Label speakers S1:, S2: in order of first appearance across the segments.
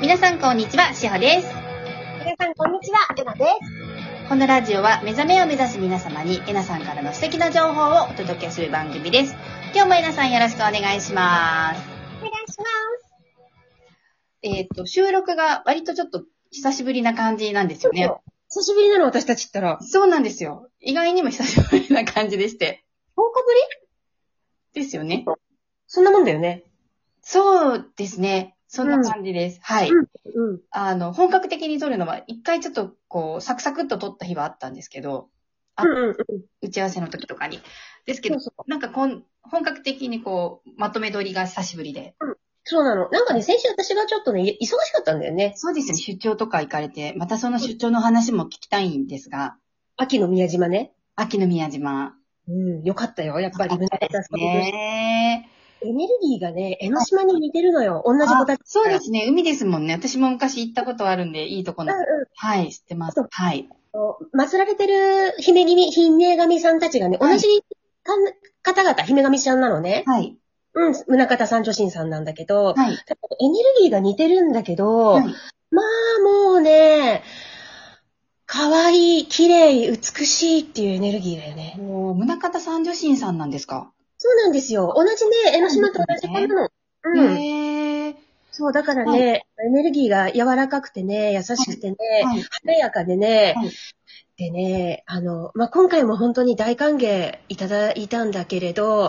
S1: 皆さんこんにちは、しほです。
S2: 皆さん、こんにちは。えなで
S1: このラジオは目覚めを目指す皆様に、えなさんからの素敵な情報をお届けする番組です。今日もえなさんよろしくお願いします。
S2: す。お願いしま
S1: えっ、と、収録が割とちょっと久しぶりな感じなんです
S2: す
S1: よね。
S2: 久しぶりなの、私たちったら。
S1: そうなんですよ。意外にも久しぶりな感じでして。
S2: 10日ぶり
S1: ですよね。
S2: そんなもんだよね。
S1: そうですね。そんな感じです。はい。
S2: うん。
S1: あの、本格的に撮るのは、一回ちょっとこう、サクサクっと撮った日はあったんですけど、あ
S2: うんうんうん。
S1: 打ち合わせの時とかに。ですけど、
S2: そうそう
S1: なんかこん、本格的にこう、まとめ撮りが久しぶりで。
S2: そうなの。なんかね、先週私がちょっとね、い忙しかったんだよね。
S1: そうですね、出張とか行かれて、またその出張の話も聞きたいんですが、
S2: 秋の宮島ね。
S1: 秋の宮島。
S2: うん、よかったよ。やっぱり、
S1: よかったですね。
S2: エネルギーがね、江ノ島に似てるのよ。同じ子たち。
S1: あそうですね、海ですもんね。私も昔行ったことあるんで、いいとこ
S2: うんう
S1: の。
S2: ん
S1: はい、知ってます
S2: そう。
S1: はい。
S2: あの。祀られてる姫君、姫神さんたちがね、
S1: はい
S2: 同じかん方々、姫神ちゃんなのね。
S1: はい。
S2: うん、宗方三女神さんなんだけど、
S1: はい。
S2: エネルギーが似てるんだけど、
S1: はい
S2: まあもうね、可愛い、綺麗、美しいっていうエネルギーだよね。
S1: もう、宗方三女神さんなんですか。
S2: そうなんですよ。同じね、江ノ島と同じ子なの。うん。
S1: へー。
S2: そう、だからね、エネルギーが柔らかくてね、優しくてね、
S1: はい。
S2: 華やかでね、
S1: はい
S2: でね、あの、まあ、今回も本当に大歓迎いただいたんだけれ
S1: は
S2: ど、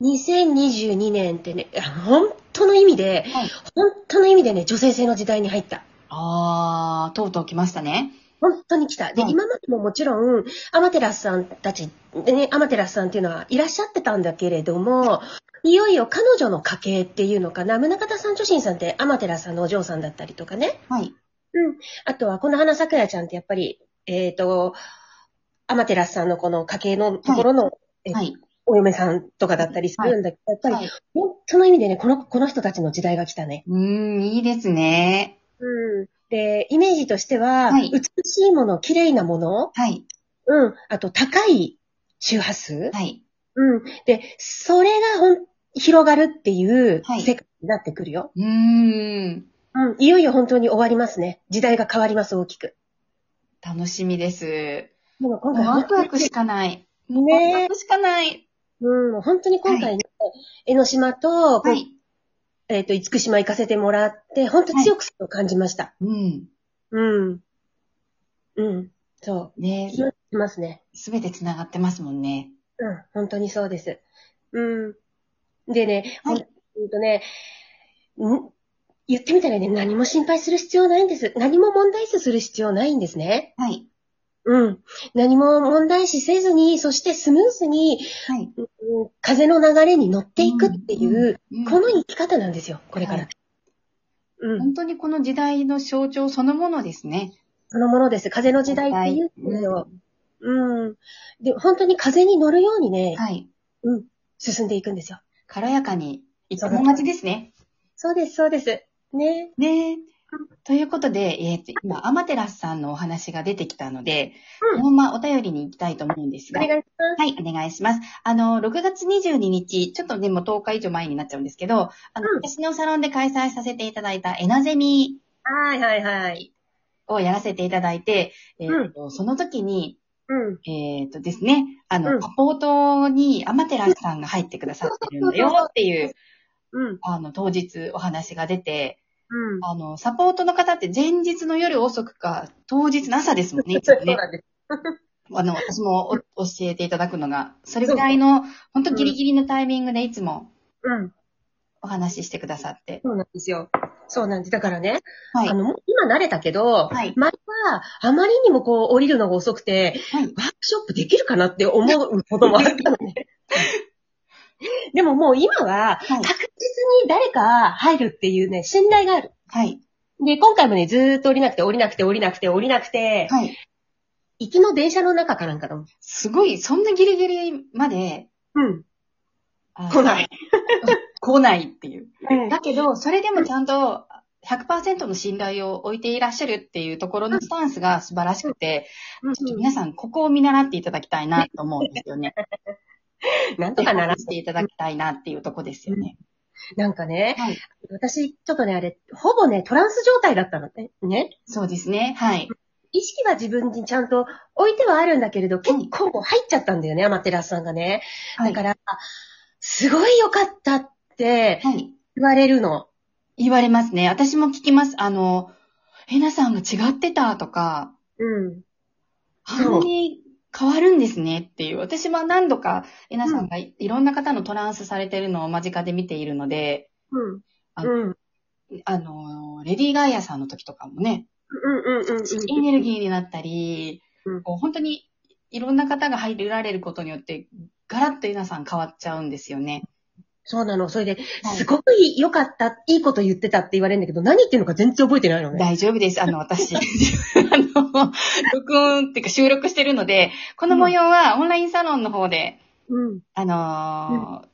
S1: い。
S2: 2022年ってね、あの本当の意味で、
S1: はい
S2: 本当の意味でね、女性性の時代に入った。
S1: あー、とうとう来ましたね。
S2: 本当に来た。で、
S1: はい
S2: 今までももちろん、アマテラスさんたち、でね、アマテラスさんっていうのはいらっしゃってたんだけれども、いよいよ彼女の家系っていうのかな、宗像さん女神さんってアマテラスさんのお嬢さんだったりとかね。
S1: はい。
S2: あとは、この花桜ちゃんってやっぱり、えっ、と、アマテラスさんのこの家系のところのえ
S1: はい。
S2: お嫁さんとかだったりするんだけど、やっぱ
S1: は
S2: り、
S1: い。
S2: 本当の意味でね、この、この人たちの時代が来たね。
S1: うーん、いいですね。
S2: うん。で、イメージとしては、
S1: はい
S2: 美しいもの、綺麗なもの、
S1: はい。
S2: うん。あと、高い周波数。
S1: はい。
S2: うん。で、それがほん、広がるっていう
S1: はい
S2: 世界になってくるよ。
S1: うーん、
S2: うん。いよいよ本当に終わりますね。時代が変わります、大きく。
S1: 楽しみです。
S2: でも
S1: も
S2: 今
S1: う
S2: 回
S1: ワ
S2: 本
S1: ク
S2: 当
S1: ワ
S2: に
S1: クしかない。
S2: ねえ
S1: ワクワクしかない。
S2: うん。もう本当に今回ね、江ノ島と、こう
S1: はい。
S2: えっ、と、厳島行かせてもらって、本当強くそれを感じました。
S1: うん。
S2: うん。うん。そ
S1: ね
S2: う。広がりますね。
S1: すべて繋がってますもんね。
S2: うん、本当にそうです。うん。でね、
S1: はい
S2: ほんほんとね、ん言ってみたらね、何も心配する必要ないんです。何も問題視する必要ないんですね。
S1: はい。
S2: うん。何も問題視せずに、そしてスムースに、
S1: はい。
S2: うん風の流れに乗っていくっていう、
S1: うん
S2: この生き方なんですよ、これから。
S1: はい
S2: うん。
S1: 本当にこの時代の象徴そのものですね。
S2: そのものです。風の時代っていう
S1: 時代
S2: のを。うん。で、本当に風に乗るようにね、
S1: はい。
S2: 進んでいくんですよ。
S1: 軽やかに、いつも待ちですね。
S2: そうです、そうです。ね。
S1: ねえ。ということで、えーと今、アマテラスさんのお話が出てきたので、
S2: うん
S1: このままお便りに行きたいと思うんです
S2: お
S1: が、
S2: 願いします。
S1: はい、お願いします。あの、6月22日、ちょっとね、もう10日以上前になっちゃうんですけど、あの、
S2: うん
S1: 私のサロンで開催させていただいたエナゼミ
S2: はいはいはい。
S1: をやらせていただいて、えーとその時に、
S2: うん。
S1: えっ、とですね、あの、
S2: うん
S1: サポートにアマテラスさんが入ってくださってるんだよっていう、
S2: うん。
S1: あの、当日お話が出て、
S2: うん。
S1: あの、サポートの方って前日の夜遅くか、当日の朝ですもんね、いつ
S2: そう
S1: もね。
S2: なんです。
S1: あの、私もお教えていただくのが、それぐらいの、本当ギリギリのタイミングでいつも、
S2: うん。
S1: お話ししてくださって。
S2: そうなんですよ。そうなんです。だからね、
S1: はい
S2: あ。の、もう今慣れたけど、
S1: はい
S2: 前は、あまりにもこう、降りるのが遅くて、
S1: はい
S2: ワークショップできるかなって思うこともあったのね。 でももう今
S1: は
S2: は、
S1: い
S2: 確実に誰か入るっていうね、信頼がある。
S1: はい。
S2: で、今回もね、ずーっと降りなくて、降りなくて、降りなくて、降りなくて、
S1: はい。
S2: 行きの電車の中かなんかの。
S1: すごい、そんなギリギリまで、
S2: うん。
S1: あの
S2: 来ない。。
S1: 来ないっていう。
S2: うん
S1: だけど、それでもちゃんと100%の信頼を置いていらっしゃるっていうところのスタンスが素晴らしくて、皆さんここを見習っていただきたい なと思うんですよね。
S2: なんとかなら
S1: していただきたいなっていうとこですよね。
S2: なんかね、
S1: はい
S2: 私、ちょっとね、あれ、ほぼね、トランス状態だったのね。ね。
S1: そうですね。はい。
S2: 意識は自分にちゃんと置いてはあるんだけれど、結構入っちゃったんだよね、アマテラスさんがね。
S1: は
S2: だ
S1: い。
S2: か
S1: は
S2: ら、すごい良かったって
S1: い。
S2: 言われるの。
S1: 言われますね。私も聞きます。あの、えなさんが違ってたとか、
S2: うん。
S1: あんなに変わるんですねっていう。私は何度か、えなさんがい,、ろんな方のトランスされてるのを間近で見ているので、
S2: うん。
S1: あ
S2: うん。
S1: あの、レディーガイアさんの時とかもね、
S2: うんうんうん
S1: エネルギーになったり、
S2: うん
S1: こう本当にいろんな方が入られることによって、ガラッとえなさん変わっちゃうんですよね。
S2: そうなの。それで、
S1: はい
S2: すごく良かった、いいこと言ってたって言われるんだけど、何言ってるのか全然覚えてないのね。
S1: 大丈夫です。あの、私、 あの、録音っていうか収録してるので、この模様はオンラインサロンの方で、
S2: うん。
S1: あのー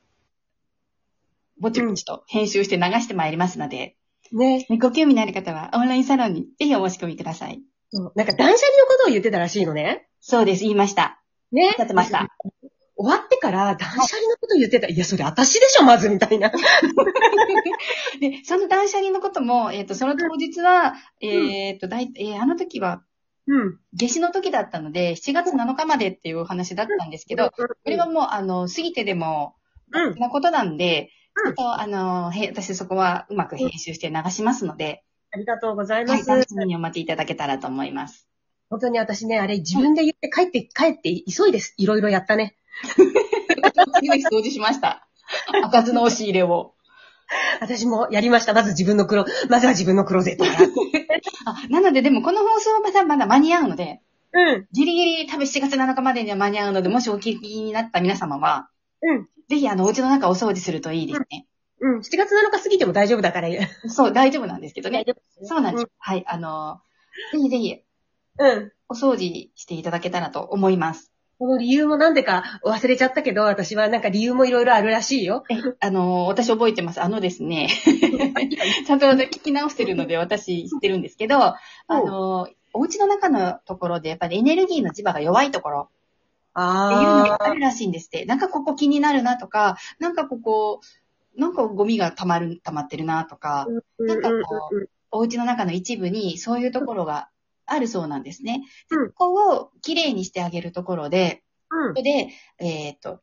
S1: ぼちぼちと編集して流してまいりますので、
S2: ね。
S1: ご興味のある方はオンラインサロンにぜひお申し込みください。
S2: そうなんか断捨離のことを言ってたらしいのね。
S1: そうです。言いました。
S2: ね。
S1: やってました。
S2: 終わってから断捨離のこと言ってた。いや、それ私でしょ、まず、みたいな。
S1: で、その断捨離のことも、えっ、と、その当日は、えっ、と、だい、えーあの時は、
S2: うん。
S1: 夏至の時だったので、7月7日までっていうお話だったんですけど、これはもう、あの、過ぎてでも、
S2: うん。
S1: なことなんで、
S2: う
S1: ち
S2: ん
S1: ょっと、あの、へ私そこはうまく編集して流しますので、
S2: ありがとうございま
S1: はい、
S2: す。
S1: 楽しみにお待ちいただけたらと思います。
S2: 本当に私ね、あれ自分で言って帰って、帰って急いです。いろいろやったね。
S1: 次の日掃除しました。開かずの押し入れを。
S2: 私もやりました。まず自分のクロ、まずは自分のクローゼットから。
S1: あ、なのででもこの放送はまだまだ間に合うので、
S2: うん。
S1: ギリギリ多分7月7日までには間に合うので、もしお聞きになった皆様は、
S2: うん。
S1: ぜひあの、お家の中お掃除するといいですね。
S2: うん。7月7日過ぎても大丈夫だから。ね、
S1: そう、大丈夫なんですけどね。そうなんです
S2: す。
S1: よ。はい、あの、ぜひぜひ、
S2: うん。
S1: お掃除していただけたらと思います。
S2: この理由もなんでか忘れちゃったけど、私はなんか理由もいろいろあるらしいよ。
S1: えあの、私覚えてます。あのです ね、ちゃんと聞き直してるので私知ってるんですけど、あの、お家の中のところでやっぱりエネルギーの磁場が弱いところっていうの
S2: あ
S1: があるらしいんですって。なんかここ気になるなとか、なんかここ、なんかゴミが溜まる、溜まってるなとか、
S2: ー。
S1: なんかこお家の中の一部にそういうところがあるそうなんですね。で
S2: うん
S1: ここをきれいにしてあげるところで、
S2: うん
S1: そ。れで、えーっと、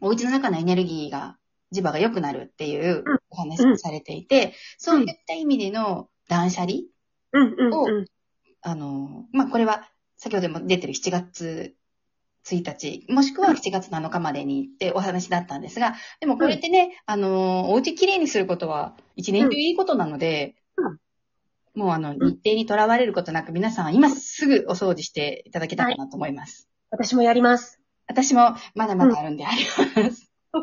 S1: お家の中のエネルギーが、磁場が良くなるっていう
S2: うん
S1: お話をされていて、そういった意味での断捨離、
S2: うん。うん。
S1: を
S2: うん。
S1: あの、まあ、これは先ほども出てる7月1日、もしくは7月7日までにってお話だったんですが、でもこれってね、あの、お家きれいにすることは一年中いいことなので、
S2: うん
S1: もうあの、日程にとらわれることなく皆さん今すぐお掃除していただけたらなと思います。
S2: 私もやります。
S1: 私もまだまだあるんであります。は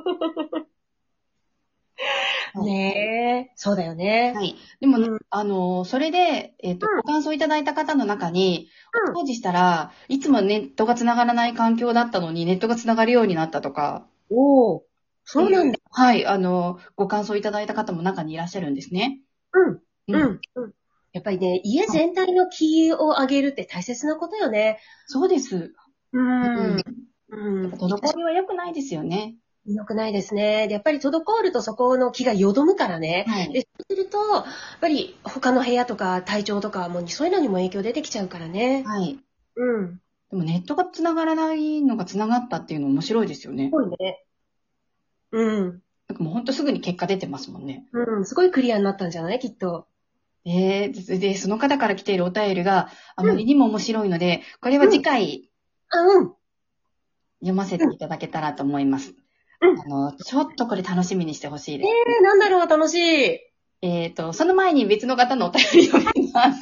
S1: い
S2: ねえ。そうだよね。
S1: はい。でもね、
S2: うん
S1: あのー、それで、えっ、と、
S2: うん
S1: ご感想いただいた方の中に、当時したら、いつもネットが繋がらない環境だったのに、ネットが繋がるようになったとか、
S2: おお。そうなんだ。
S1: はい、あのー、ご感想いただいた方も中にいらっしゃるんですね。
S2: うん。
S1: う
S2: うん。やっぱりね、家全体の気を上げるって大切なことよね。
S1: そうです。
S2: う
S1: うん。。
S2: うん。
S1: 滞りは良くないですよね。
S2: 良くないですね。でやっぱり滞るとそこの気がよどむからね。
S1: はい。
S2: で、そうすると、やっぱり他の部屋とか体調とかも、そういうのにも影響出てきちゃうからね。
S1: はい。
S2: うん。す
S1: でもネットが繋がらないのが繋がったっていうの面白いですよね。
S2: ごいね。うん。
S1: なんかもうほんとすぐに結果出てますもんね。
S2: うん。すごいクリアになったんじゃないきっと。
S1: ええで、その方から来ているお便りがあまりにも面白いので、これは次回
S2: あ、うん。
S1: 読ませていただけたらと思います。
S2: うん
S1: あの、ちょっとこれ楽しみにしてほしいで
S2: えー、なんだろう、楽しい。
S1: す。えっ、と、その前に別の方のお便りを読みます。
S2: どうぞ。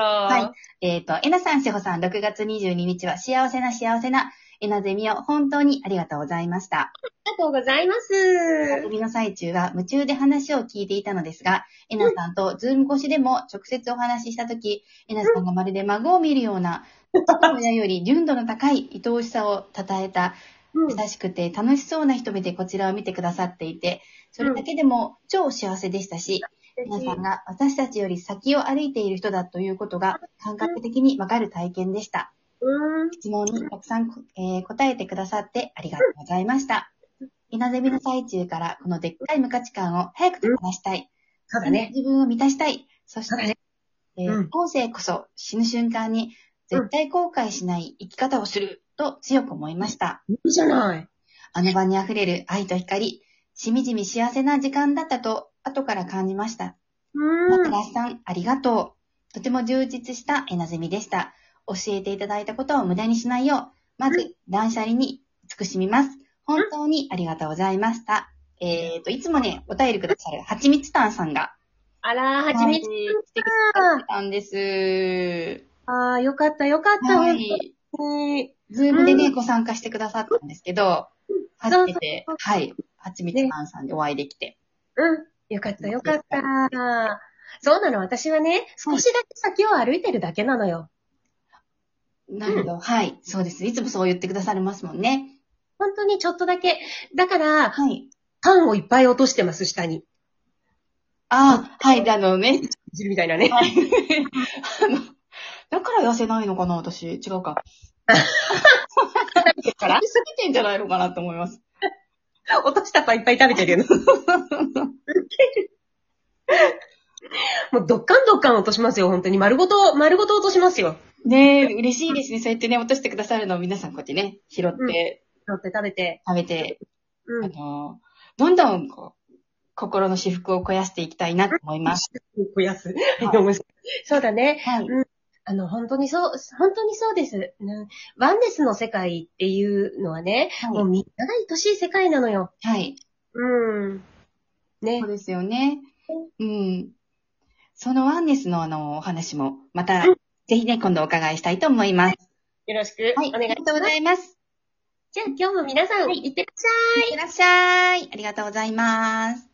S1: はいえっと、えなさん、しほさん、6月22日は幸せな幸せな、えなゼミを本当にありがとうございました。
S2: ありがとうございます。
S1: 番組の最中は夢中で話を聞いていたのですが、えなさんとズーム越しでも直接お話ししたとき、えなさんがまるで孫を見るような、父親より純度の高い愛おしさを称えた
S2: うん
S1: 優しくて楽しそうな人目でこちらを見てくださっていて、それだけでも超幸せでしたし、皆さんが私たちより先を歩いている人だということが感覚的にわかる体験でした。
S2: うん。
S1: 質問にたくさん、えー答えてくださってありがとうございました。稲ゼミの最中から、このでっかい無価値観を早く手放したい。
S2: そうだね。
S1: 自分を満たしたい。そし
S2: そうだ
S1: て
S2: ね、
S1: えー
S2: うん
S1: 後世こそ死ぬ瞬間に絶対後悔しない生き方をすると強く思いました。
S2: いいじゃない。
S1: あの場に溢れる愛と光、しみじみ幸せな時間だったと後から感じました。
S2: う
S1: マ
S2: ん
S1: テ。ラスさん、ありがとう。とても充実したエナゼミでした。教えていただいたことを無駄にしないよう、ま
S2: う
S1: ず断捨離に慈しみます。本当にありがとうございました。えっ、と、いつもね、お便りくださる、はちみつたんさんが、
S2: あら、はちみつ
S1: はい来てくださってたんです。
S2: ああ、よかった、よかった、
S1: は
S2: 本
S1: い。
S2: 当に。
S1: ズームでね、ご参加してくださったんですけど、初めて
S2: そう、
S1: はい、はちみつたんさんでお会いできて。
S2: うん。よかった、よかった。そうなの、私はね、少しだけ先を歩いてるだけなのよ。
S1: なるほど、はい、そうです。いつもそう言ってくださりますもんね。
S2: 本当にちょっとだけ。だから、
S1: はい。
S2: パンをいっぱい落としてます、下に。
S1: ああ、はい、あのね、
S2: みたいなね。
S1: はい。あのだから痩せないのかな、私。違う か。食べてから食べてんじゃないのかなと思います。
S2: 落としたパンいっぱい食べてるよ ね。もうドッカンドッカン落としますよ、本当に。丸ごと、丸ごと落としますよ。
S1: ねえ、嬉しいですね。そうやってね、落としてくださるのを皆さんこうやってね、拾って、
S2: 乗って食べて。
S1: 食べて、
S2: う
S1: あ
S2: ん。
S1: の、どんどんこう、心の私服を肥やしていきたいなと思います。
S2: 増やす。面白いそうだね。
S1: はい。
S2: あの、本当にそう、本当にそうです。うんワンネスの世界っていうのはね、もう
S1: は
S2: みんなが愛しい世界なのよ。
S1: い。はい。
S2: うん。ね
S1: そう。ですよね。うん。そのワンネスのあの、お話も、また、
S2: う
S1: ぜひね、今度お伺いしたいと思います。
S2: よろしく
S1: はい。
S2: お願い
S1: ありが
S2: しま
S1: とう
S2: す。
S1: ございます。
S2: じゃあ今日も皆さん、
S1: はい
S2: 行ってらっしゃい。
S1: いってらっしゃい。ありがとうございます。